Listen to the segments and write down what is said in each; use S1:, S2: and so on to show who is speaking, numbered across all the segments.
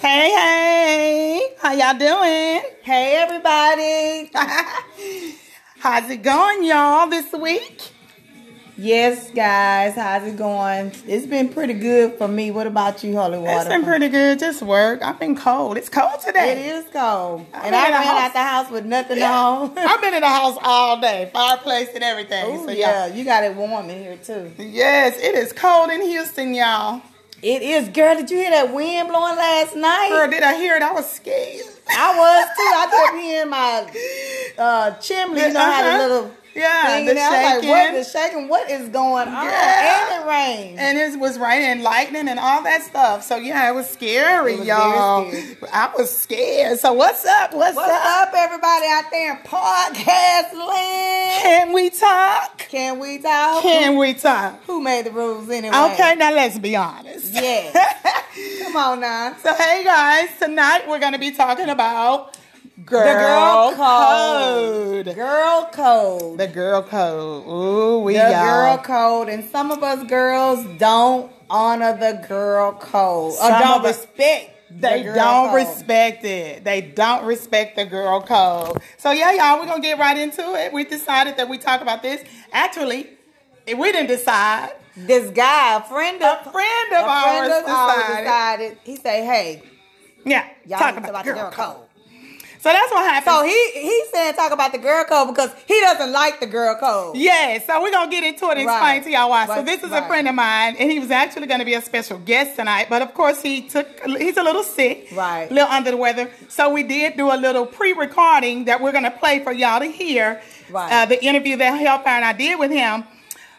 S1: Hey, hey, how y'all doing? Hey, everybody. How's it going, y'all, this week? Yes, guys, how's it going?
S2: It's been pretty good for me. What about you, Holy Water?
S1: It's been pretty good. Just work. I've been cold. It's cold
S2: It
S1: today.
S2: is cold,
S1: I
S2: and I
S1: mean,
S2: ran
S1: the house-
S2: out the house with nothing on.
S1: I've been in the house all day, fireplace and everything.
S2: Ooh,
S1: so
S2: yeah, you got it warm in here too.
S1: y'all- Yes, it is cold in Houston, y'all.
S2: It is, girl. Did you hear that wind blowing last night?
S1: Girl, did I hear it? I was scared.
S2: I was too. I kept hearing my uh, chimney. You know how
S1: Uh-huh.
S2: the little
S1: yeah,
S2: thing
S1: the
S2: in there. I was like,
S1: shaking.
S2: what is shaking? What is going on?
S1: Yeah.
S2: And it rained.
S1: and it was rain and lightning and all that stuff. So yeah, it was scary,
S2: It was very
S1: y'all.
S2: scary.
S1: I was scared. So what's up? What's,
S2: What's
S1: up?
S2: up, everybody out there in podcast land?
S1: Can we talk?
S2: Can we talk?
S1: Can we talk?
S2: Who made the rules anyway?
S1: Okay, now let's be honest.
S2: Yes. Come on now.
S1: so hey guys, tonight we're gonna be talking about girl,
S2: The girl
S1: code.
S2: code. Girl code.
S1: The girl code. Ooh, we
S2: The
S1: y'all.
S2: girl code. And some of us girls don't honor the girl code. Or
S1: Some
S2: don't
S1: of us-
S2: respect. the
S1: They
S2: girl
S1: don't
S2: code.
S1: respect it. They don't respect the girl code. So yeah, y'all, we're gonna get right into it. We decided that we talk about this. Actually, eh, we didn't decide.
S2: This guy, a friend
S1: A
S2: of,
S1: friend of
S2: a
S1: ours
S2: friend of ours
S1: decided.
S2: decided. He said, hey,
S1: Yeah,
S2: y'all
S1: talk
S2: need to
S1: about,
S2: talk
S1: the girl
S2: about
S1: code. So that's what happened.
S2: So he he saying talk about the girl code because he doesn't like the girl code.
S1: Yes, so we're gonna get into it and
S2: Oh. Right.
S1: explain to y'all why. so
S2: Right,
S1: this is a
S2: right.
S1: friend of mine, and he was actually gonna be a special guest tonight, but of course he took he's a little sick,
S2: Right.
S1: A little under the weather. So we did do a little pre-recording that we're gonna play for y'all to hear.
S2: Right.
S1: Uh, the interview that Hellfire and I did with him.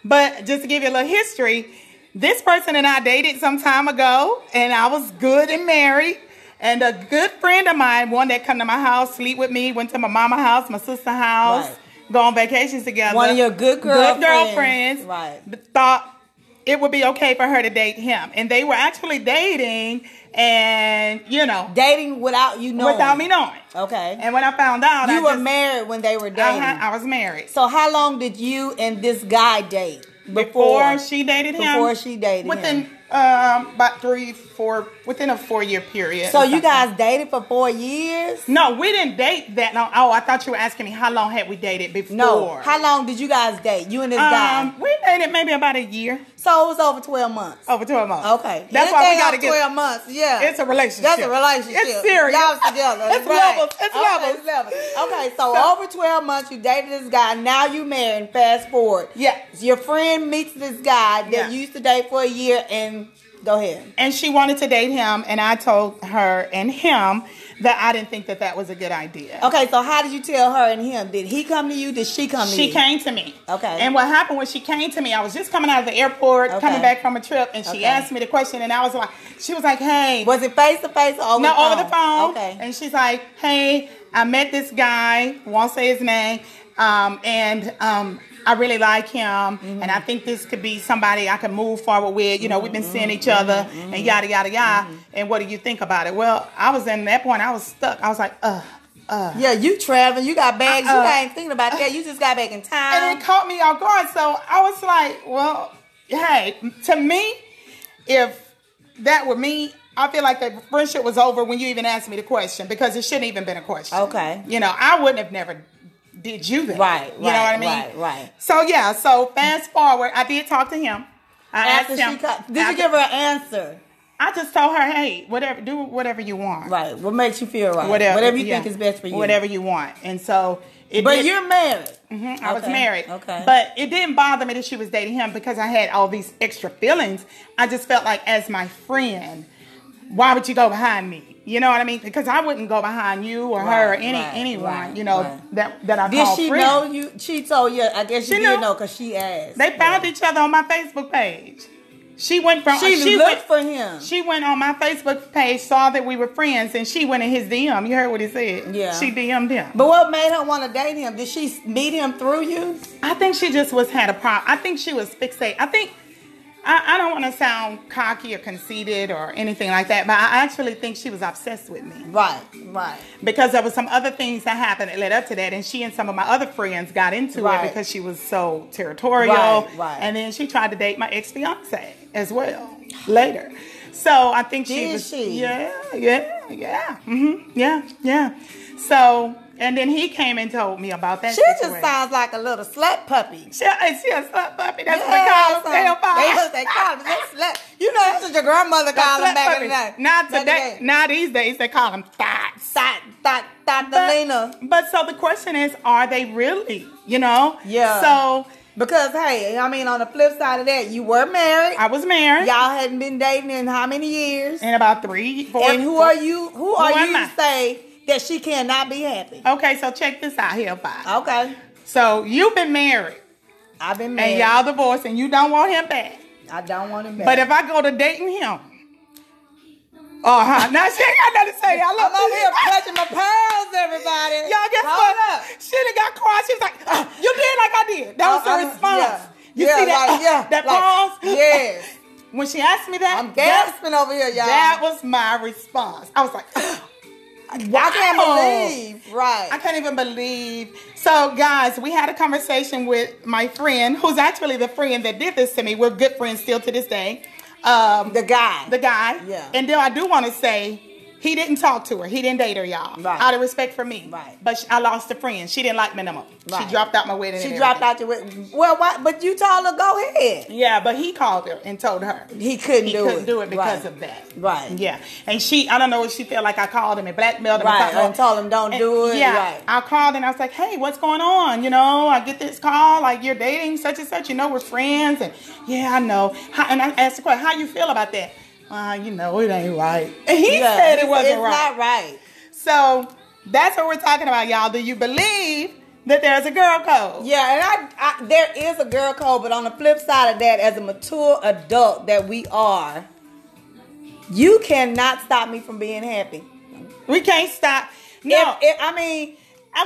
S1: But just to give you a little history, this person and I dated some time ago, and I was good and married. And a good friend of mine, one that come to my house, sleep with me, went to my mama house, my sister house,
S2: Right.
S1: go on vacations together
S2: One of your good
S1: good
S2: girlfriends.
S1: girlfriends,
S2: Right.
S1: th- thought it would be okay for her to date him, and they were actually dating, and you know,
S2: Dating without you knowing.
S1: without me knowing.
S2: Okay.
S1: And when I found out, I
S2: you were
S1: just-
S2: married when they were dating.
S1: Uh-huh, I was married
S2: So how long did you and this guy date
S1: before she dated him.
S2: before she dated
S1: within
S2: him?
S1: um about three, four, within a four-year period.
S2: So
S1: or
S2: you
S1: something.
S2: guys dated for four years?
S1: No, we didn't date that long. Oh, I thought you were asking me how long had we dated before.
S2: No. How long did you guys date? You and this guy.
S1: Um, we dated maybe about a year,
S2: So it was over twelve months.
S1: over twelve months.
S2: Okay.
S1: oh, that's why we
S2: Anything
S1: gotta
S2: over
S1: get
S2: twelve months. Yeah.
S1: It's a relationship.
S2: That's a relationship.
S1: It's serious.
S2: Y'all was together.
S1: It's
S2: right.
S1: levels. It's
S2: okay,
S1: levels.
S2: it's levels. Okay, so, over 12 months, you dated this guy. Now you married. Fast forward.
S1: Yeah.
S2: Your friend meets this guy that
S1: Yeah.
S2: you used to date for a year and go ahead.
S1: And she wanted to date him, and I told her and him that I didn't think that that was a good idea.
S2: Okay, so how did you tell her and him? Did he come to you? Did she come to you?
S1: She came to me.
S2: Okay.
S1: And what happened when she came to me, I was just coming out of the airport,
S2: Okay.
S1: coming back from a trip, and she
S2: Okay.
S1: asked me the question, and I was like, she was like, hey,
S2: Was it face to face or over
S1: no,
S2: the phone?
S1: over the phone.
S2: Okay.
S1: And she's like, hey, I met this guy, won't say his name, um, and um, I really like him, and I think this could be somebody I can move forward with. You know, we've been seeing each other, and yada, yada, yada. And what do you think about it? Well, I was in that point, I was stuck. I was like, ugh, ugh.
S2: yeah, you traveling, you got bags,
S1: Uh-uh.
S2: you ain't thinking about that. You just got back in time.
S1: and it caught me off guard. So I was like, well, hey, to me, if that were me, I feel like the friendship was over when you even asked me the question because it shouldn't even been a question.
S2: Okay.
S1: You know, I wouldn't have never did you that.
S2: Right,
S1: You know what I
S2: right,
S1: mean?
S2: right, right.
S1: So yeah, so fast forward, I did talk to him. I
S2: after
S1: asked
S2: she
S1: him.
S2: cut, did
S1: after-
S2: you give her an answer?
S1: I just told her, hey, whatever, do whatever you want.
S2: Right. What makes you feel right?
S1: Whatever.
S2: you
S1: yeah.
S2: think is best for you.
S1: Whatever you want. And so it
S2: But
S1: did-
S2: you're married.
S1: Mhm, I was
S2: Okay,
S1: married.
S2: Okay.
S1: But it didn't bother me that she was dating him because I had all these extra feelings. I just felt like, as my friend, why would you go behind me? You know what I mean? Because I wouldn't go behind you or her or
S2: Right,
S1: any
S2: right,
S1: anyone.
S2: right,
S1: you know
S2: right.
S1: that that I
S2: did
S1: call
S2: she
S1: friend.
S2: know you? She told you. I guess you
S1: She
S2: did
S1: knew.
S2: know because she asked.
S1: They found each other on my Facebook page. She went from
S2: She,
S1: she
S2: looked
S1: went
S2: for him.
S1: she went on my Facebook page, saw that we were friends, and she went in his DM. You heard what he said.
S2: Yeah.
S1: She DM'd him.
S2: but what made her want to date him? Did she s- meet him through you?
S1: I think she just was had a problem. I think she was fixate. I think I, I don't want to sound cocky or conceited or anything like that, but I actually think she was obsessed with me
S2: Right. Right.
S1: because there was some other things that happened that led up to that, and she and some of my other friends got into it
S2: Right.
S1: because she was so territorial.
S2: Right, right.
S1: And then she tried to date my ex fiance as well later. So I think she
S2: Did
S1: was.
S2: she?
S1: Yeah, yeah, yeah. hmm Yeah, yeah. So and then he came and told me about that.
S2: She just
S1: situation.
S2: sounds like a little slut puppy.
S1: She, she a slut puppy. That's what they
S2: Yeah,
S1: call them.
S2: so they, they call them slut. You know, that's what your grandmother called them back in the day.
S1: Not
S2: Back in the
S1: today.
S2: day.
S1: Not these days. They call them thoughts.
S2: Thot, thot, thot, Delina.
S1: But so the question is, are they really? You know?
S2: Yeah.
S1: So
S2: Because hey, I mean, on the flip side of that, you were married.
S1: I was married
S2: Y'all hadn't been dating in how many years?
S1: in about three, four.
S2: And who are you? Who are
S1: am
S2: you
S1: I?
S2: to say that she cannot be happy?
S1: Okay, so check this out here, Bob.
S2: Okay,
S1: So you've been married
S2: I've been
S1: and
S2: married.
S1: y'all divorced and you don't want him back.
S2: I don't want him back.
S1: But if I go to dating him, uh huh. Now she ain't got nothing to say. I love
S2: I'm over here
S1: you.
S2: clutching my pearls, everybody.
S1: Y'all guess
S2: Hold
S1: what?
S2: up.
S1: She done got quiet. She was like, "Uh, "You did like I did." That was
S2: Uh,
S1: her
S2: I'm-
S1: response.
S2: yeah.
S1: You
S2: Yeah,
S1: see that?
S2: like,
S1: uh,
S2: yeah,
S1: that
S2: like,
S1: pause.
S2: yes.
S1: when she asked me that,
S2: I'm
S1: that-
S2: gasping over here, y'all.
S1: That was my response. I was like,
S2: I can't
S1: wow.
S2: believe, right?
S1: I can't even believe. So, guys, we had a conversation with my friend, who's actually the friend that did this to me. We're good friends still to this day. Um,
S2: the guy.
S1: the guy.
S2: Yeah.
S1: And then I do want to say, he didn't talk to her. He didn't date her, y'all.
S2: Right.
S1: Out of respect for me.
S2: Right.
S1: But sh- I lost a friend. She didn't like me no more.
S2: Right.
S1: She dropped out my wedding.
S2: she
S1: and
S2: dropped
S1: everything.
S2: out your way. Well, why? But you told her go ahead.
S1: Yeah, but he called her and told her.
S2: He couldn't
S1: He
S2: do
S1: couldn't
S2: it.
S1: do it because
S2: Right.
S1: of that.
S2: Right.
S1: Yeah. And she, I don't know if she felt like I called him and blackmailed him. or
S2: Right,
S1: something.
S2: and told him, "Don't do it."
S1: Yeah.
S2: Right.
S1: I called and I was like, hey, what's going on? You know, I get this call, like you're dating such and such. You know, we're friends. And yeah, I know. How, and I asked the question, how you feel about that? Uh, you know, it ain't right. And he
S2: Yeah,
S1: said it
S2: it's-
S1: wasn't
S2: it's
S1: right.
S2: not right.
S1: So that's what we're talking about, y'all. Do you believe that there's a girl code?
S2: Yeah, and I, I there is a girl code, but on the flip side of that, as a mature adult that we are, you cannot stop me from being happy.
S1: We can't stop. No.
S2: If, if I mean,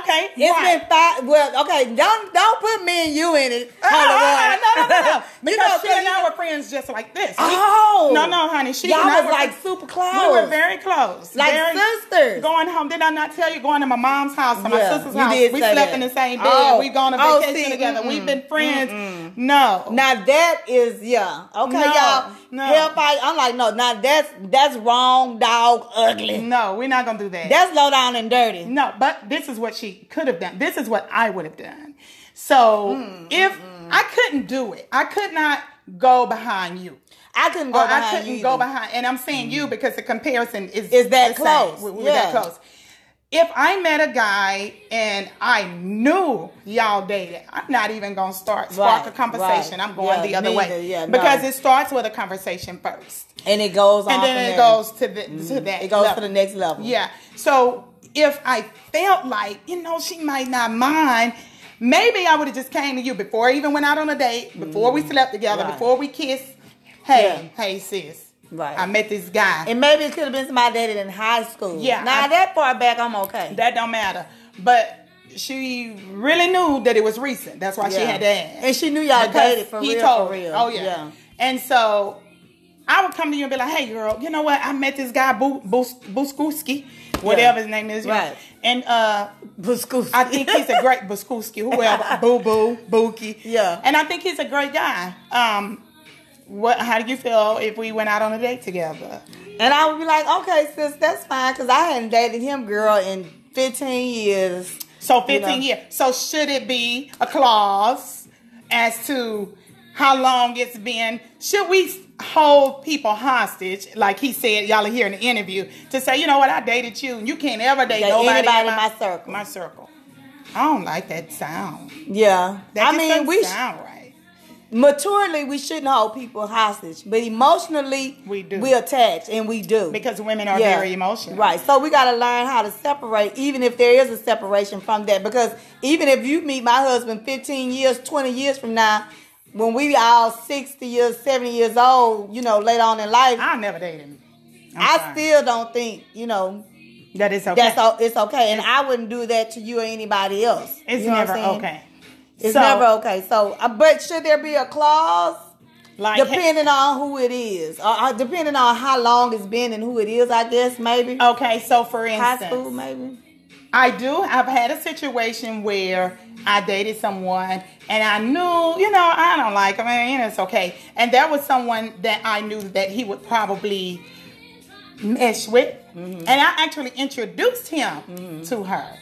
S1: okay.
S2: it's
S1: right.
S2: been five. Well, okay, don't don't put me and you in it.
S1: Oh,
S2: Hunter Warren.
S1: oh, oh, no, no, no, no.
S2: you
S1: Because
S2: know,
S1: she and
S2: you-
S1: I were friends just like this. We-
S2: oh
S1: No, no, honey. She
S2: y'all
S1: and I
S2: was
S1: were
S2: like
S1: friends.
S2: super close.
S1: We were very close.
S2: Like
S1: very,
S2: sisters.
S1: Going home. Did I not tell you going to my mom's house or my
S2: Yeah,
S1: sister's
S2: you
S1: house?
S2: did
S1: we
S2: say
S1: slept
S2: that.
S1: in the same bed.
S2: Oh.
S1: We've gone on
S2: Oh,
S1: vacation
S2: see,
S1: together. We've been friends. No.
S2: Now that is yeah okay
S1: No,
S2: y'all
S1: no.
S2: hellfire. I'm like no now that's that's wrong dog ugly.
S1: No, we're not gonna do that.
S2: That's low down and dirty.
S1: No, but this is what she could have done. This is what I would have done. So if I couldn't do it, I could not go behind you.
S2: I couldn't go
S1: Or
S2: behind
S1: Oh, I couldn't
S2: you
S1: go
S2: either.
S1: behind. And I'm saying you because the comparison is
S2: Is
S1: the
S2: that
S1: same.
S2: close.
S1: We- we were
S2: Yeah.
S1: that close. If I met a guy and I knew y'all dated, I'm not even gonna start spark
S2: Right,
S1: a conversation.
S2: right.
S1: I'm going
S2: Yeah,
S1: the other
S2: me either.
S1: way
S2: Yeah, no.
S1: because it starts with a conversation first,
S2: And it goes on.
S1: and
S2: from
S1: then it
S2: there.
S1: goes to the to that.
S2: It goes
S1: level.
S2: to the next level.
S1: Yeah. So if I felt like, you know, she might not mind, maybe I would have just came to you before I even went out on a date, before we slept together,
S2: Mm. Right.
S1: before we kissed. Hey,
S2: Yeah.
S1: hey, sis.
S2: Right.
S1: I met this guy.
S2: And maybe it could have been somebody dated in high school.
S1: Yeah,
S2: Now
S1: I-
S2: that far back, I'm okay.
S1: that don't matter. But she really knew that it was recent. That's why she
S2: Yeah.
S1: had to ask.
S2: And she knew y'all
S1: Because
S2: dated for
S1: he
S2: real.
S1: told
S2: for
S1: her.
S2: real.
S1: Oh yeah. And so I would come to you and be like, "Hey, girl, you know what? I met this guy, Boo Buskuski, whatever his name is, you know.
S2: Right.
S1: And uh,
S2: But school.
S1: I think he's a great Buskuski, whoever, Boo Boo, Bookie.
S2: Yeah.
S1: And I think he's a great guy. Um, what? How do you feel if we went out on a date together?
S2: and I would be like, okay, sis, that's fine, because I hadn't dated him, girl, in 15 years.
S1: So 15
S2: know.
S1: years. So should it be a clause as to how long it's been? Should we hold people hostage, like he said, y'all are here in the interview, to say, you know what, I dated you, and you can't ever date
S2: Date
S1: nobody
S2: anybody in my circle.
S1: My circle. I don't like that sound.
S2: Yeah.
S1: That
S2: I
S1: just
S2: mean,
S1: doesn't
S2: we sh-
S1: sound right.
S2: maturely we shouldn't hold people hostage, but emotionally
S1: We do.
S2: We attach and we do
S1: Because women are very emotional.
S2: Right. So we got to learn how to separate, even if there is a separation from that. Because even if you meet my husband 15 years, 20 years from now, when we all 60 years, 70 years old, you know, later on in life, I,
S1: I'll never date him. I'm sorry.
S2: still don't think, you know,
S1: That is okay.
S2: that's o- it's okay. And I wouldn't do that to you or anybody else.
S1: It's
S2: You know what
S1: never
S2: I'm saying?
S1: okay.
S2: It's
S1: So,
S2: never okay. So, uh, but should there be a clause?
S1: like,
S2: depending on who it is, or, or depending
S1: Oh,
S2: on how long it's been and who it is, I guess maybe
S1: Okay, so for
S2: high
S1: instance,
S2: school, maybe
S1: I do. I've had a situation where I dated someone and I knew, you know, I don't like him and it's okay. And there was someone that I knew that he would probably mesh with.
S2: Mm-hmm.
S1: And I actually introduced him to her.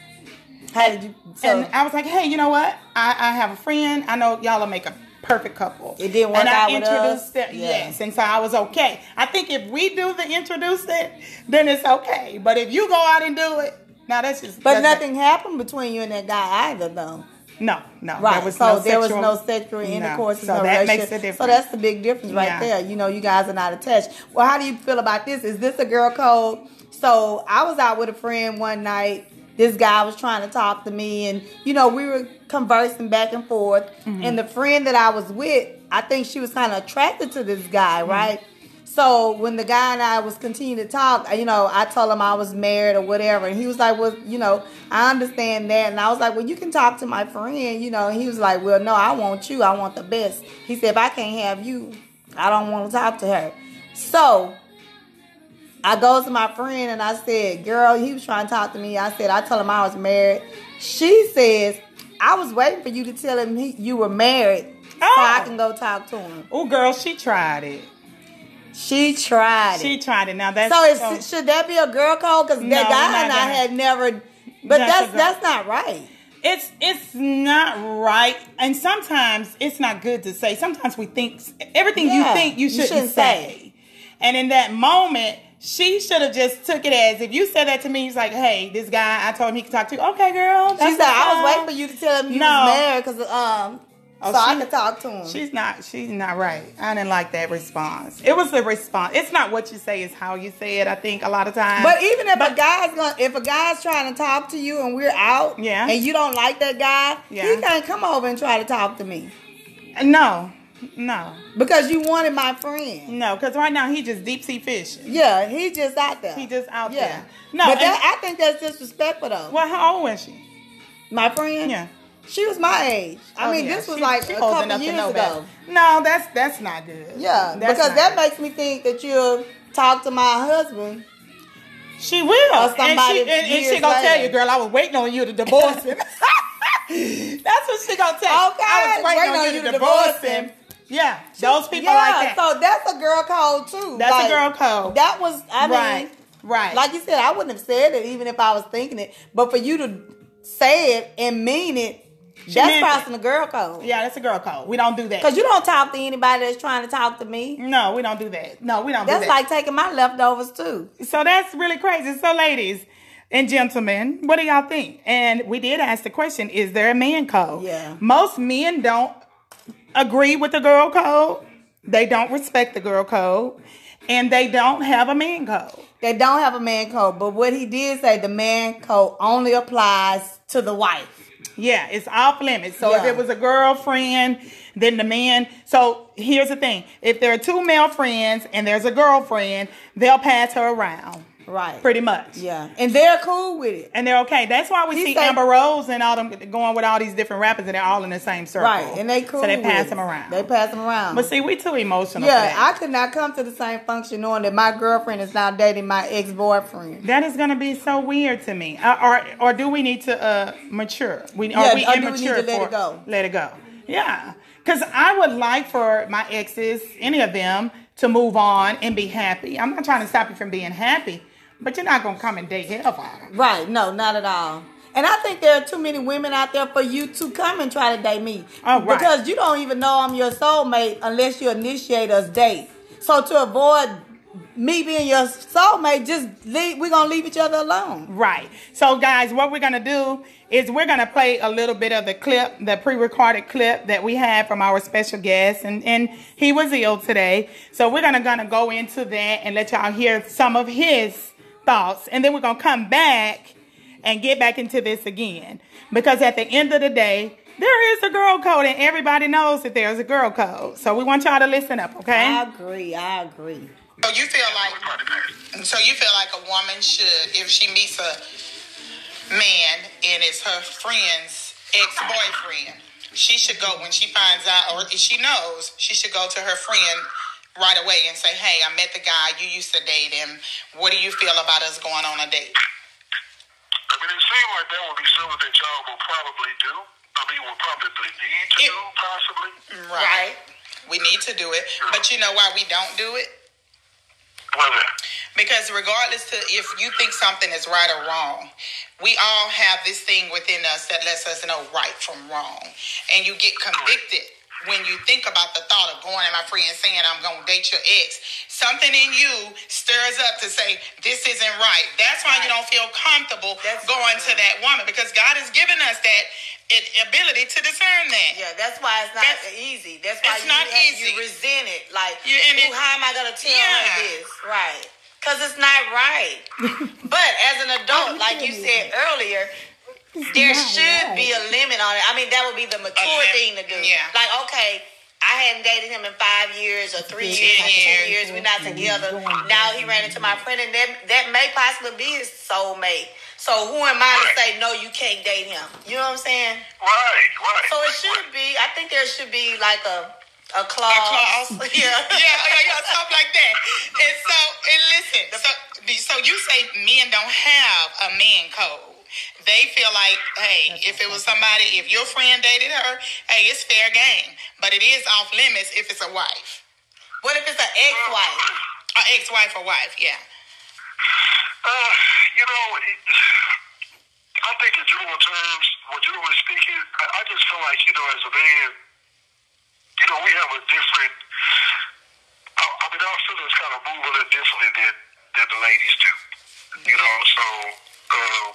S2: How did you? So
S1: and I was like, hey, you know what? I, I have a friend. I know y'all will make a perfect couple.
S2: It didn't work
S1: and
S2: out
S1: I
S2: with us?
S1: introduced it.
S2: Yeah.
S1: Yes. And so I was okay. I think if we do the introduce it, then it's okay. But if you go out and do it, now that's just.
S2: but
S1: that's
S2: nothing happened between you and that guy either, though.
S1: No, no.
S2: Right.
S1: There was
S2: so
S1: no
S2: there
S1: sexual,
S2: was no sexual intercourse.
S1: So
S2: no
S1: that makes
S2: relationship.
S1: a difference.
S2: So that's the big difference right
S1: Yeah.
S2: there. You know, you guys are not attached. Well, how do you feel about this? Is this a girl code? So I was out with a friend one night. This guy was trying to talk to me, and you know, we were conversing back and forth. And the friend that I was with, I think she was kind of attracted to this guy, right? So when the guy and I was continuing to talk, you know, I told him I was married or whatever, and he was like, "Well, you know, I understand that," and I was like, "Well, you can talk to my friend," you know. And he was like, "Well, no, I want you. I want the best." He said, "If I can't have you, I don't want to talk to her." So I goes to my friend and I said, "Girl, he was trying to talk to me." I said, "I told him I was married." She says, "I was waiting for you to tell him he, you were married, so I
S1: Oh.
S2: can go talk to him."
S1: Oh, girl, she tried it.
S2: She tried it.
S1: She tried it. Now that's
S2: So, is, should that be a girl code? Because
S1: No,
S2: that guy and
S1: not
S2: I
S1: that.
S2: had never. But
S1: That's a
S2: that's that's,
S1: girl-
S2: not right.
S1: it's it's not right, and sometimes it's not good to say. Sometimes we think everything
S2: Yeah,
S1: you think you
S2: you
S1: shouldn't,
S2: shouldn't
S1: say. and in that moment. She should have just took it as if you said that to me. He's like, "Hey, this guy, I told him he could talk to. you. Okay, girl."
S2: She
S1: that's
S2: said I was
S1: what's
S2: waiting
S1: up."
S2: for you to tell him you
S1: No.
S2: was married because um,
S1: Oh,
S2: so I
S1: she-
S2: could talk to him.
S1: She's not. She's not right. I didn't like that response. It was the response. It's not what you say. It's how you say it. I think a lot of times.
S2: but even if a
S1: But-
S2: guy's gonna, if a guy's trying to talk to you and we're out,
S1: Yeah.
S2: and you don't like that guy,
S1: Yeah.
S2: he can't come over and try to talk to me
S1: no, no.
S2: because you wanted my friend.
S1: No, because right now he just deep sea fishing.
S2: Yeah, he just out there.
S1: He just out
S2: yeah.
S1: there. No,
S2: but
S1: and-
S2: that, I think that's disrespectful though.
S1: Well, how old was she?
S2: My friend,
S1: Yeah.
S2: she was my age. I
S1: Oh,
S2: mean,
S1: yeah,
S2: this was
S1: she-
S2: like
S1: she
S2: a
S1: old
S2: couple
S1: enough to
S2: years
S1: know
S2: ago.
S1: better. No, that's that's not good.
S2: Yeah,
S1: That's
S2: because
S1: not
S2: that
S1: good.
S2: makes me think that you'll talk to my husband.
S1: she will.
S2: Or somebody
S1: and she, and, and she
S2: years
S1: gonna tell
S2: later.
S1: you, girl, I was waiting on you to divorce him. that's what she gonna tell. you.
S2: Okay,
S1: I was waiting on, you to divorce, him. Yeah, those people
S2: yeah,
S1: like that.
S2: so that's a girl code too.
S1: That's a
S2: Like,
S1: girl code.
S2: That was, I
S1: right,
S2: mean,
S1: right.
S2: like you said, I wouldn't have said it even if I was thinking it. But for you to say it and mean it, that's
S1: meant it.
S2: crossing the girl code.
S1: yeah, that's a girl code. We don't do that.
S2: Because you don't talk to anybody that's trying to talk to me.
S1: no, we don't do that. No, we don't.
S2: That's
S1: do that.
S2: like taking my leftovers too.
S1: So that's really crazy. So, ladies and gentlemen, what do y'all think? And we did ask the question: Is there a man code?
S2: Yeah.
S1: Most men don't agree with the girl code. They don't respect the girl code, and they don't have a man code.
S2: They don't have a man code. But what he did say, the man code only applies to the wife.
S1: Yeah, it's off limits. So if
S2: Yeah.
S1: it was a girlfriend, then the man. So here's the thing: If there are two male friends and there's a girlfriend, they'll pass her around,
S2: Right.
S1: pretty much.
S2: Yeah, and they're cool with it.
S1: and they're okay. That's why we
S2: He
S1: see
S2: said-
S1: Amber Rose and all them going with all these different rappers, and they're all in the same circle,
S2: Right, and they cool.
S1: So they
S2: with
S1: pass
S2: it.
S1: them around.
S2: They pass them around.
S1: but see, we too emotional. for
S2: yeah,
S1: that.
S2: I could not come to the same function knowing that my girlfriend is now dating my ex boyfriend.
S1: that is going to be so weird to me. Uh, or or do we need to uh, mature? We
S2: Yeah,
S1: are we
S2: or do we need
S1: immature
S2: to let
S1: for
S2: it go?
S1: Let it go. Yeah, because I would like for my exes, any of them, to move on and be happy. I'm not trying to stop you from being happy, but you're not going to come and date hellfire.
S2: Right? No, not at all. And I think there are too many women out there for you to come and try to date me.
S1: Oh, right.
S2: Because you don't even know I'm your soulmate unless you initiate us date. So to avoid me being your soulmate, just leave. We're gonna leave each other alone.
S1: Right. So, guys, what we're going to do is we're going to play a little bit of the clip, the pre recorded clip that we had from our special guest. And, and he was ill today. So, we're going to gonna go into that and let y'all hear some of his thoughts. And then we're going to come back and get back into this again. Because at the end of the day, there is a girl code, and everybody knows that there's a girl code. So, we want y'all to listen up, okay?
S2: I agree. I agree.
S3: So you feel like so you feel like a woman should if she meets a man and it's her friend's ex-boyfriend, she should go when she finds out or if she knows, she should go to her friend right away and say, "Hey, I met the guy you used to date him. What do you feel about us going on a date?"
S4: I mean, it seemed like that would be something that y'all will probably do. I mean, will probably need to
S1: It-
S4: do, possibly.
S5: Right.
S1: We need to do it. But you know why we don't do it?
S4: What is that?
S1: Because regardless to if you think something is right or wrong, we all have this thing within us that lets us know right from wrong. And you get convicted when you think about the thought of going to my friend saying I'm gonna date your ex. Something in you stirs up to say, This isn't right. That's why you don't feel comfortable
S2: That's-
S1: going to that woman because God has given us that it, ability to discern that.
S2: Yeah, that's why it's not
S1: That's-
S2: easy. That's why
S1: it's
S2: you,
S1: not
S2: ha-
S1: easy.
S2: you resent it. Like,
S1: Yeah, and it-
S2: "Ooh, how am I gonna tell
S1: Yeah.
S2: her this? Right? Because it's not right. but as an adult, like you said earlier, there should be a limit on it. I mean, that would be the mature
S1: lim-
S2: thing to do.
S1: yeah.
S2: Like, okay. I hadn't dated him in five years or three years, or
S1: years.
S2: ten years. We're not together. Now he ran into my friend, and that that may possibly be his soulmate. So who am I to say no? You can't date him. You know what I'm saying?
S4: Right, right.
S2: So it should be. I think there should be like a a clause.
S1: clause. yeah,
S2: Yeah.
S1: oh yeah, yeah, stuff like that. And so, and listen, so, so you say men don't have a man code. They feel like, hey, if it was somebody, if your friend dated her, hey, it's fair game. But it is off limits if it's a wife,
S2: What if it's an ex-wife?
S1: a ex-wife or wife. Yeah,
S4: Uh, you know, it, I think in general terms, when generally speaking, I, I just feel like, you know, as a man, you know, we have a different, I, I mean, our feelings kind of move a little differently than, than the ladies do. You know, so uh,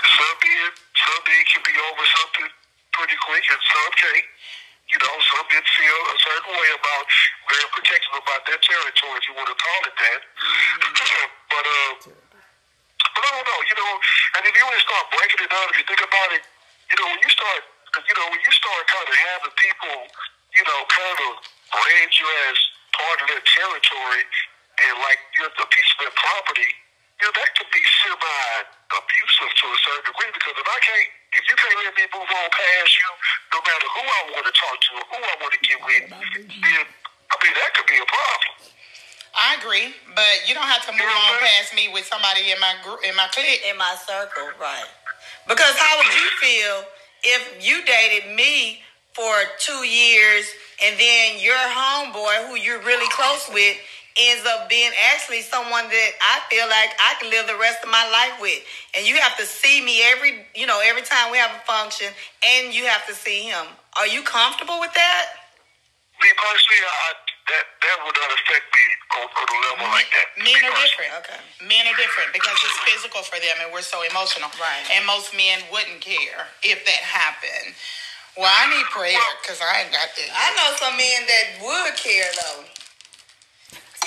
S4: some men, some men can be over something pretty quick and some can't. You know, some men feel a certain way about, very protective about their territory, if you want to call it that. but, uh, but I don't know, you know, and if you really start breaking it down, if you think about it, you know, when you start, you know, when you start kind of having people, you know, kind of brand you as part of their territory and like you're the piece of their property, you know, that could be semi abusive to a certain degree because if I can't, if you can't let me move on past you, no matter who I want to talk to or who I want to get with, then, I mean, that could be a problem.
S1: I agree. But you don't have to move on past me with somebody in my group, in my clique.
S2: in my circle, right? Because how would you feel if you dated me for two years and then your homeboy, who you're really close with, ends up being actually someone that I feel like I can live the rest of my life with, and you have to see me every, you know, every time we have a function, and you have to see him. Are you comfortable with that?
S4: Me personally, I, I- that that would not affect me on, on a level like that.
S1: Men are
S4: Because-
S1: different.
S2: Okay.
S1: Men are different because it's physical for them, and we're so emotional.
S2: Right.
S1: And most men wouldn't care if that happened. Well, I need prayer because I ain't got that.
S2: I know some men that would care though.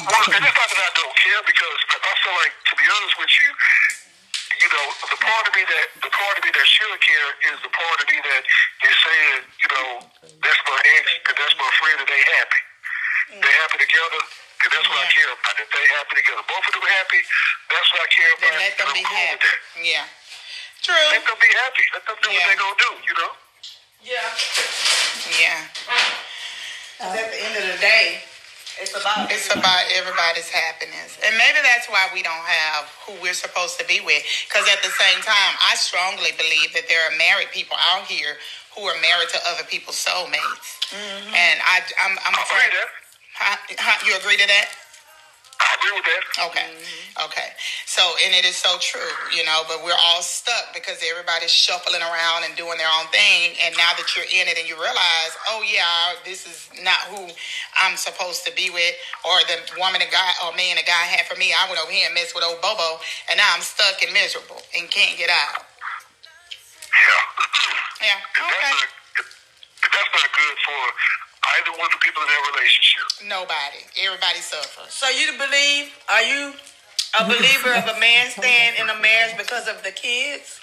S4: Well, and it's not that I don't care because I feel like, to be honest with you, you know, the part of me that the part of me that should care is the part of me that is saying, you know, that's my ex and that's my friend and they happy.
S1: Mm.
S4: They happy together. And that's what I care about. If they happy together, both of them happy, that's what I care about.
S1: Then let them
S4: and I'm
S1: be
S4: cool with
S1: happy.
S4: that.
S1: Yeah.
S4: Let
S1: True.
S4: them be happy. Let them do what
S1: Yeah.
S4: they gonna do. You know.
S2: Yeah.
S1: Yeah.
S2: at the end of the day, it's about
S1: It's about everybody's happiness. And maybe that's why we don't have who we're supposed to be with. Because at the same time, Um, I strongly believe that there are married people out here who are married to other people's soulmates. And I, I'm, I'm
S4: I agree
S1: afraid.
S4: with that.
S1: Huh? Huh? You agree to that?
S4: I agree with that.
S1: Okay. Okay. So, and it is so true, you know, but we're all stuck because everybody's shuffling around and doing their own thing. And now that you're in it and you realize, oh, yeah, this is not who I'm supposed to be with, or the woman a guy or man a guy had for me, I went over here and messed with old Bobo, and now I'm stuck and miserable and can't get out.
S4: Yeah.
S1: Yeah.
S4: And that's
S1: Okay.
S4: not and that's not good for either one of the people in that relationship.
S1: Nobody. Everybody suffers.
S2: So you believe? Are you a believer of a man staying in a marriage because of the kids?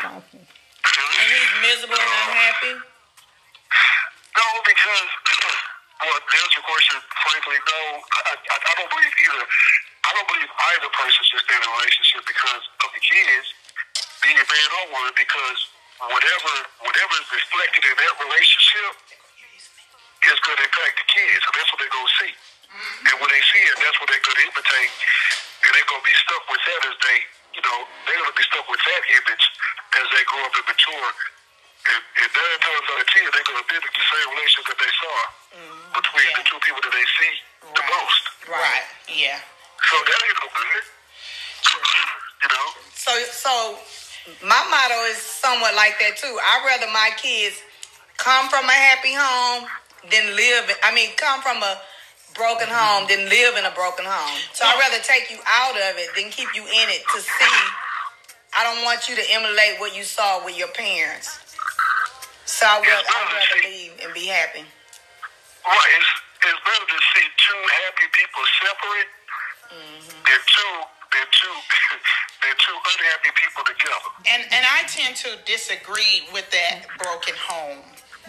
S2: And he's miserable and unhappy.
S4: No, because well, to answer your question, frankly, no, I, I, I don't believe either. I don't believe either person should stay in a relationship because of the kids, being a man or woman, because whatever whatever is reflected in that relationship is going to impact the kids, and that's what they're going to see. And when they see it, that's what they're going to imitate, and they're going to be stuck with that as they you know, they're going to be stuck with that image as they grow up and mature. And, and nine times out of ten, they're going to mimic the same relationship that they saw between the
S3: Yeah.
S4: two people that they see the most.
S3: Right. Yeah.
S4: So that ain't no good. you know?
S2: So, so my motto is somewhat like that too. I'd rather my kids come from a happy home than live. I mean, come from a broken home than live in a broken home. So I'd rather take you out of it than keep you in it to see. I don't want you to emulate what you saw with your parents. So I'd rather, I'd rather leave and be happy.
S4: Right. It's, it's better to see two happy people separate
S3: Mm-hmm.
S4: than two than two than two unhappy people together.
S3: And and I tend to disagree with that broken home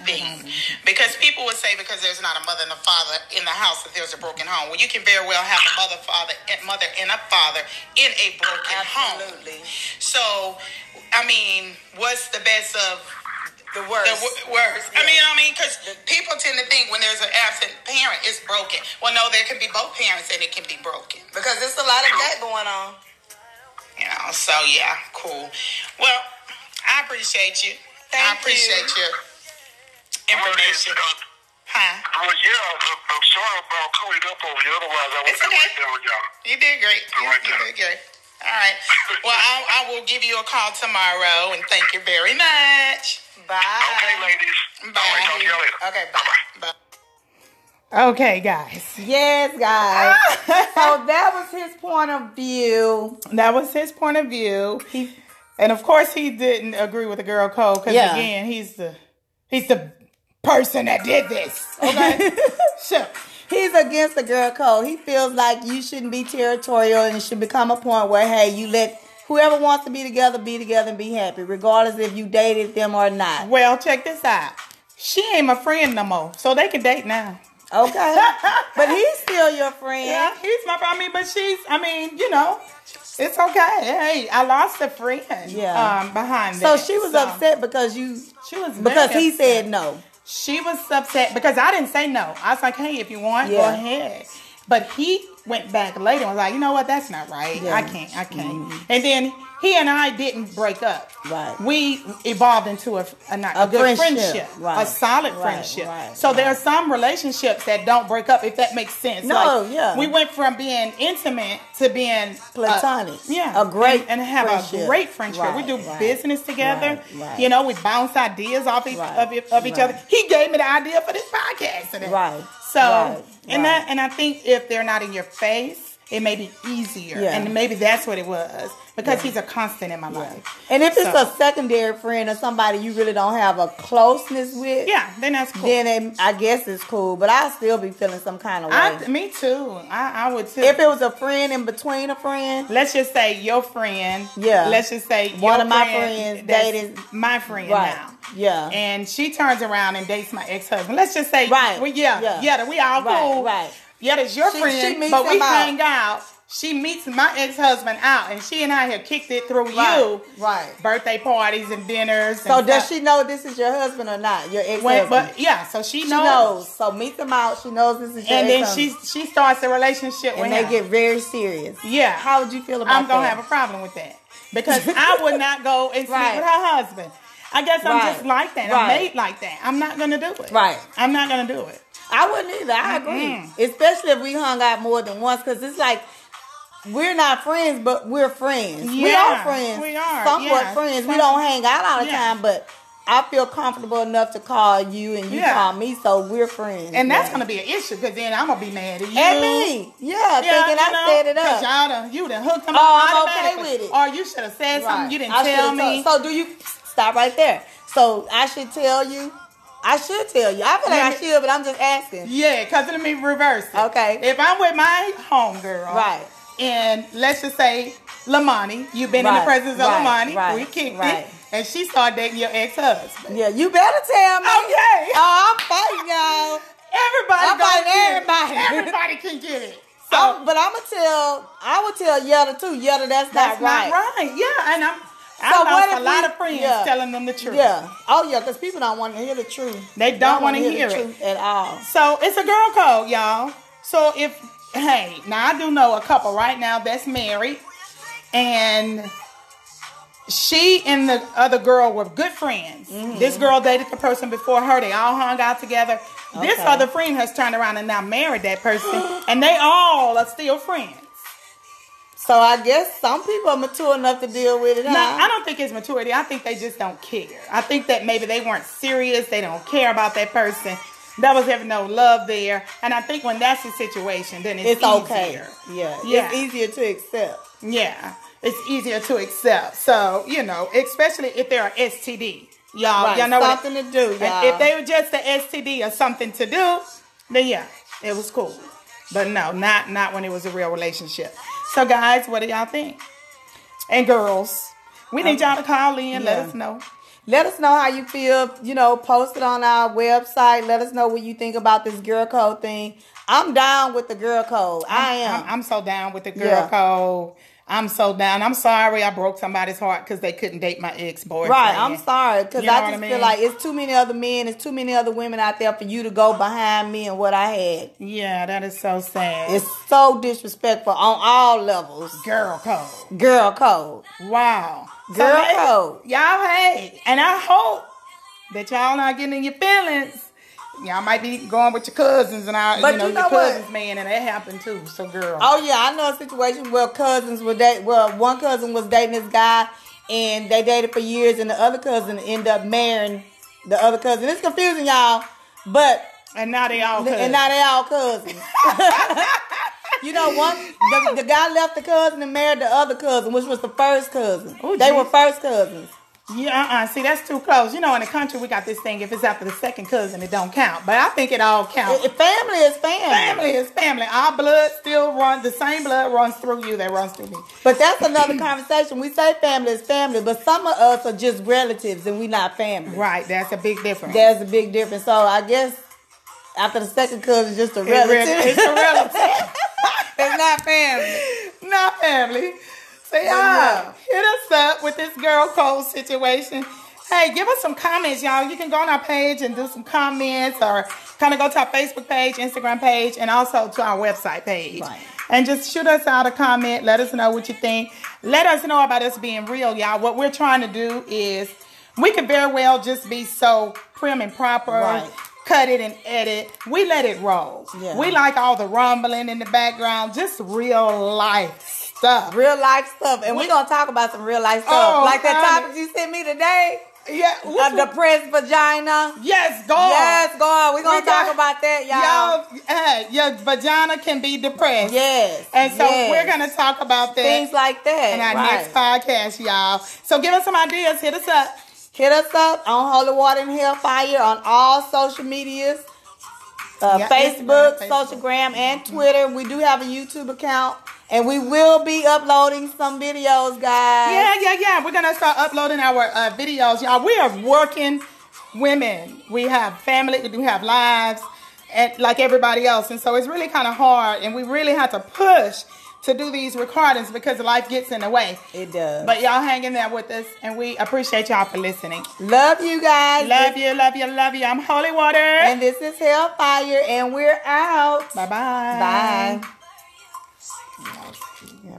S3: thing because people would say because there's not a mother and a father in the house that there's a broken home. Well, you can very well have a mother, father, and mother and a father in a broken home.
S2: Absolutely.
S3: So, I mean, what's the best of
S2: The worst.
S3: the w- words. I mean, I mean, because people tend to think when there's an absent parent, it's broken. Well, no, there can be both parents, and it can be broken.
S2: because there's a lot of that going on.
S3: You know, so yeah, cool. Well, I appreciate you. I
S2: Thank
S3: appreciate your
S4: Well, it's,
S3: information.
S4: uh,
S3: Huh?
S4: well, yeah, I'm, I'm sorry about cooling up over you. Otherwise, I would
S3: It's
S4: be
S3: okay.
S4: right there with y'all.
S3: You did great. You,
S4: Right
S3: you
S4: there.
S3: did great. All right. Well, I, I will give you a call tomorrow, and thank you very much.
S4: Okay,
S2: Bye.
S4: ladies.
S3: Um,
S4: All
S3: Bye.
S4: right, talk to y'all later.
S3: Okay, bye. Bye.
S1: Okay, guys.
S6: Yes, guys. so that was his point of view.
S1: That was his point of view. He, and of course, he didn't agree with the girl code because
S6: Yeah.
S1: again, he's the he's the person that did this. Okay, so
S6: He's against the girl code. He feels like you shouldn't be territorial and it should become a point where, hey, you let whoever wants to be together be together and be happy, regardless if you dated them or not.
S1: well, check this out. She ain't my friend no more, so they can date now.
S6: Okay? but he's still your friend.
S1: Yeah, he's my. I mean, but she's. I mean, you know, it's okay. Hey, I lost a friend.
S6: Yeah.
S1: um, behind
S6: So
S1: that.
S6: she was upset because you
S1: She was
S6: because
S1: very
S6: he
S1: upset.
S6: said no.
S1: She was upset because I didn't say no. I was like, hey, if you want, go
S6: Yeah.
S1: ahead. But he went back later and was like, you know what? That's not right.
S6: Yeah. Mm-hmm.
S1: I can't. I can't. And then he and I didn't break up.
S6: Right.
S1: We evolved into a, a, not- a
S6: A
S1: good
S6: friendship.
S1: friendship,
S6: Right.
S1: a solid
S6: Right,
S1: friendship.
S6: right,
S1: so there
S6: right.
S1: are some relationships that don't break up, if that makes sense.
S6: No,
S1: Like,
S6: yeah.
S1: We went from being intimate to being uh,
S6: Platonic.
S1: yeah,
S6: A great
S1: and, and have
S6: friendship.
S1: a great friendship. we
S6: Right,
S1: do
S6: right,
S1: business together.
S6: right, right.
S1: You know, we bounce ideas off each,
S6: Right,
S1: of, each- of each
S6: right.
S1: other he gave me the idea for this podcast today.
S6: Right,
S1: So
S6: right,
S1: and
S6: right.
S1: that and I think if they're not in your face, it may be easier.
S6: Yeah.
S1: And maybe that's what it was. Because he's a constant in my life.
S6: And if it's
S1: So-
S6: a secondary friend or somebody you really don't have a closeness with,
S1: Yeah, then that's cool.
S6: then it, I guess it's cool. But I'll still be feeling some kind of way.
S1: I, me too. I, I would too.
S6: if it was a friend in between a friend,
S1: let's just say your friend.
S6: Yeah.
S1: Let's just say
S6: One
S1: your
S6: of my
S1: friend
S6: friends
S1: that's
S6: dated-
S1: my friend
S6: right?
S1: now.
S6: Yeah,
S1: And she turns around and dates my ex husband. Let's just say,
S6: Right,
S1: we, yeah,
S6: yeah.
S1: yeah, we all
S6: Right,
S1: cool.
S6: right.
S1: Yeah, that's your
S6: She-
S1: friend,
S6: she meets
S1: but we
S6: him out.
S1: hang out. She meets my ex husband out, and she and I have kicked it through
S6: Right,
S1: you.
S6: right.
S1: Birthday parties and dinners.
S6: so
S1: and
S6: does
S1: stuff.
S6: she know this is your husband or not? Your ex
S1: When,
S6: husband.
S1: but yeah, so she knows.
S6: she knows. So meet them out. She knows this is your
S1: And then she
S6: ex-husband.
S1: she starts a relationship with
S6: and they
S1: him.
S6: get very serious.
S1: Yeah.
S6: How would you feel about
S1: I'm gonna
S6: that?
S1: have a problem with that because I would not go and sleep
S6: Right.
S1: with her husband. I guess I'm
S6: Right.
S1: just like that.
S6: Right.
S1: I'm made like that. I'm not gonna do it.
S6: Right.
S1: I'm not gonna do it.
S6: I wouldn't either. I agree. Especially if we hung out more than once, because it's like we're not friends, but we're friends. we
S1: Yeah,
S6: are friends.
S1: we are,
S6: somewhat
S1: yeah.
S6: friends. we
S1: Some-
S6: don't hang out all the
S1: Yeah.
S6: time, but I feel comfortable enough to call you and you
S1: Yeah.
S6: call me, so we're friends.
S1: And that's
S6: Yeah.
S1: gonna be an issue because then I'm gonna be mad at you.
S6: at me. Yeah, thinking
S1: you
S6: I
S1: know,
S6: set it
S1: 'cause
S6: up.
S1: y'all done, you done hooked them
S6: Oh,
S1: up
S6: I'm okay
S1: automatically.
S6: with it.
S1: Or you should have said something you didn't
S6: I
S1: tell
S6: should've
S1: me.
S6: told- so do you stop right there? So I should tell you. I should tell you. I feel like I
S1: Let me-
S6: should, but I'm just asking.
S1: yeah, because let me reverse it.
S6: Okay.
S1: If I'm with my homegirl.
S6: Right.
S1: And let's just say Lamani, you've been in
S6: Right,
S1: the presence of
S6: right,
S1: Lamani.
S6: right,
S1: we kicked
S6: right.
S1: it. And she started dating your ex-husband.
S6: Yeah, you better tell me.
S1: Okay.
S6: Oh, I'm fighting y'all.
S1: Everybody,
S6: I'm
S1: gonna
S6: fighting
S1: get it.
S6: everybody.
S1: Everybody can get it. So
S6: Oh, but I'm gonna tell. I would tell Yetta too. Yetta, that's,
S1: that's
S6: not right.
S1: not right. Yeah, and I'm. I
S6: So what
S1: lost
S6: if
S1: a lot
S6: we-
S1: of friends
S6: yeah.
S1: telling them the truth.
S6: Yeah. Oh yeah, because people don't want to hear the truth.
S1: They don't
S6: wanna
S1: wanna hear
S6: the
S1: it.
S6: truth at all.
S1: So it's a girl code, y'all. So if hey, now I do know a couple right now that's married, and she and the other girl were good friends. This girl dated the person before her. They all hung out together. This
S6: Okay.
S1: other friend has turned around and now married that person, and they all are still friends.
S6: So I guess some people are mature enough to deal with it.
S1: No,
S6: huh?
S1: I don't think it's maturity. I think they just don't care. I think that maybe they weren't serious. They don't care about that person. There was ever no love there. And I think when that's the situation, then it's,
S6: it's okay.
S1: easier.
S6: Yeah,
S1: Yeah.
S6: it's easier to accept.
S1: Yeah, it's easier to accept. So you know, especially if they're a STD, Oh, y'all.
S6: Right,
S1: Y'all know what
S6: something to do, y'all.
S1: If they were just a STD or something to do, then yeah, it was cool. But no, not not when it was a real relationship. So guys, what do y'all think? And girls, we need y'all to call in. Let
S6: Um, Yeah.
S1: us know.
S6: Let us know how you feel. You know, post it on our website. Let us know what you think about this girl code thing. I'm down with the girl code. I am.
S1: I'm, I'm so down with the girl
S6: Yeah.
S1: code. I'm so down. I'm sorry I broke somebody's heart because they couldn't date my ex boyfriend.
S6: Right, I'm sorry because
S1: You know
S6: I
S1: what
S6: just
S1: I
S6: feel
S1: mean?
S6: like it's too many other men, it's too many other women out there for you to go behind me and what I had.
S1: Yeah, that is so sad.
S6: It's so disrespectful on all levels.
S1: girl code.
S6: Girl code.
S1: Wow.
S6: Girl
S1: maybe-
S6: code.
S1: Y'all, hey, and I hope that y'all not getting in your feelings. Y'all might be going with your cousins and all,
S6: But
S1: you know,
S6: you know
S1: your
S6: what?
S1: cousins, man, and that happened too. So, girl.
S6: Oh yeah, I know a situation where cousins were date. Well, one cousin was dating this guy, and they dated for years, and the other cousin ended up marrying the other cousin. It's confusing, y'all, but
S1: and now they all cousins.
S6: and now they all cousins. you know, one the, the guy left the cousin and married the other cousin, which was the first cousin.
S1: Ooh,
S6: they
S1: geez.
S6: were first cousins.
S1: yeah, uh-uh. See, that's too close. You know, in the country, we got this thing, if it's after the second cousin, it don't count. But I think it all counts.
S6: I- Family is family.
S1: family is family. Our blood still runs, the same blood runs through you that runs through me.
S6: But that's another conversation. We say family is family, but some of us are just relatives and we not family.
S1: Right, that's a big difference.
S6: There's a big difference. So I guess after the second cousin, just a relative.
S1: It really- it's a relative.
S6: It's not family.
S1: not family. So y'all
S6: yeah.
S1: hit us up with this girl code situation. Hey, give us some comments, y'all. You can go on our page and do some comments or kind of go to our Facebook page, Instagram page, and also to our website page.
S6: Right.
S1: And just shoot us out a comment. Let us know what you think. Let us know about us being real, y'all. What we're trying to do is we could very well just be so prim and proper,
S6: Right.
S1: cut it and edit. We let it roll.
S6: Yeah.
S1: We like all the rumbling in the background, just real life stuff.
S6: Real life stuff. And we're going to talk about some real life stuff.
S1: Oh,
S6: like that
S1: honey.
S6: topic you sent me today
S1: Yeah.
S6: a
S1: which-
S6: depressed vagina.
S1: yes, go.
S6: Yes, God. We're going
S1: Oh. We
S6: to
S1: got-
S6: talk about that, y'all.
S1: Y'all, hey, your vagina can be depressed.
S6: Yes.
S1: And so
S6: yes.
S1: we're going to talk about that
S6: Things like that.
S1: in our
S6: right.
S1: next podcast, y'all. So give us some ideas. Hit us up.
S6: Hit us up on Holy Water and Hellfire on all social medias. Uh,
S1: Yeah, Instagram,
S6: Facebook,
S1: Facebook.
S6: Socialgram, and Twitter. We do have a YouTube account, and we will be uploading some videos, guys.
S1: Yeah, yeah, yeah. We're gonna start uploading our uh, videos, y'all. We are working women. We have family. We do have lives, and like everybody else. And so it's really kind of hard, and we really have to push to do these recordings because life gets in the way.
S6: It does.
S1: But y'all hang in there with us, and we appreciate y'all for listening.
S6: love you guys.
S1: Love you, love you, love you. I'm Holy Water.
S6: And this is Hellfire, and we're out.
S1: bye bye.
S6: Bye.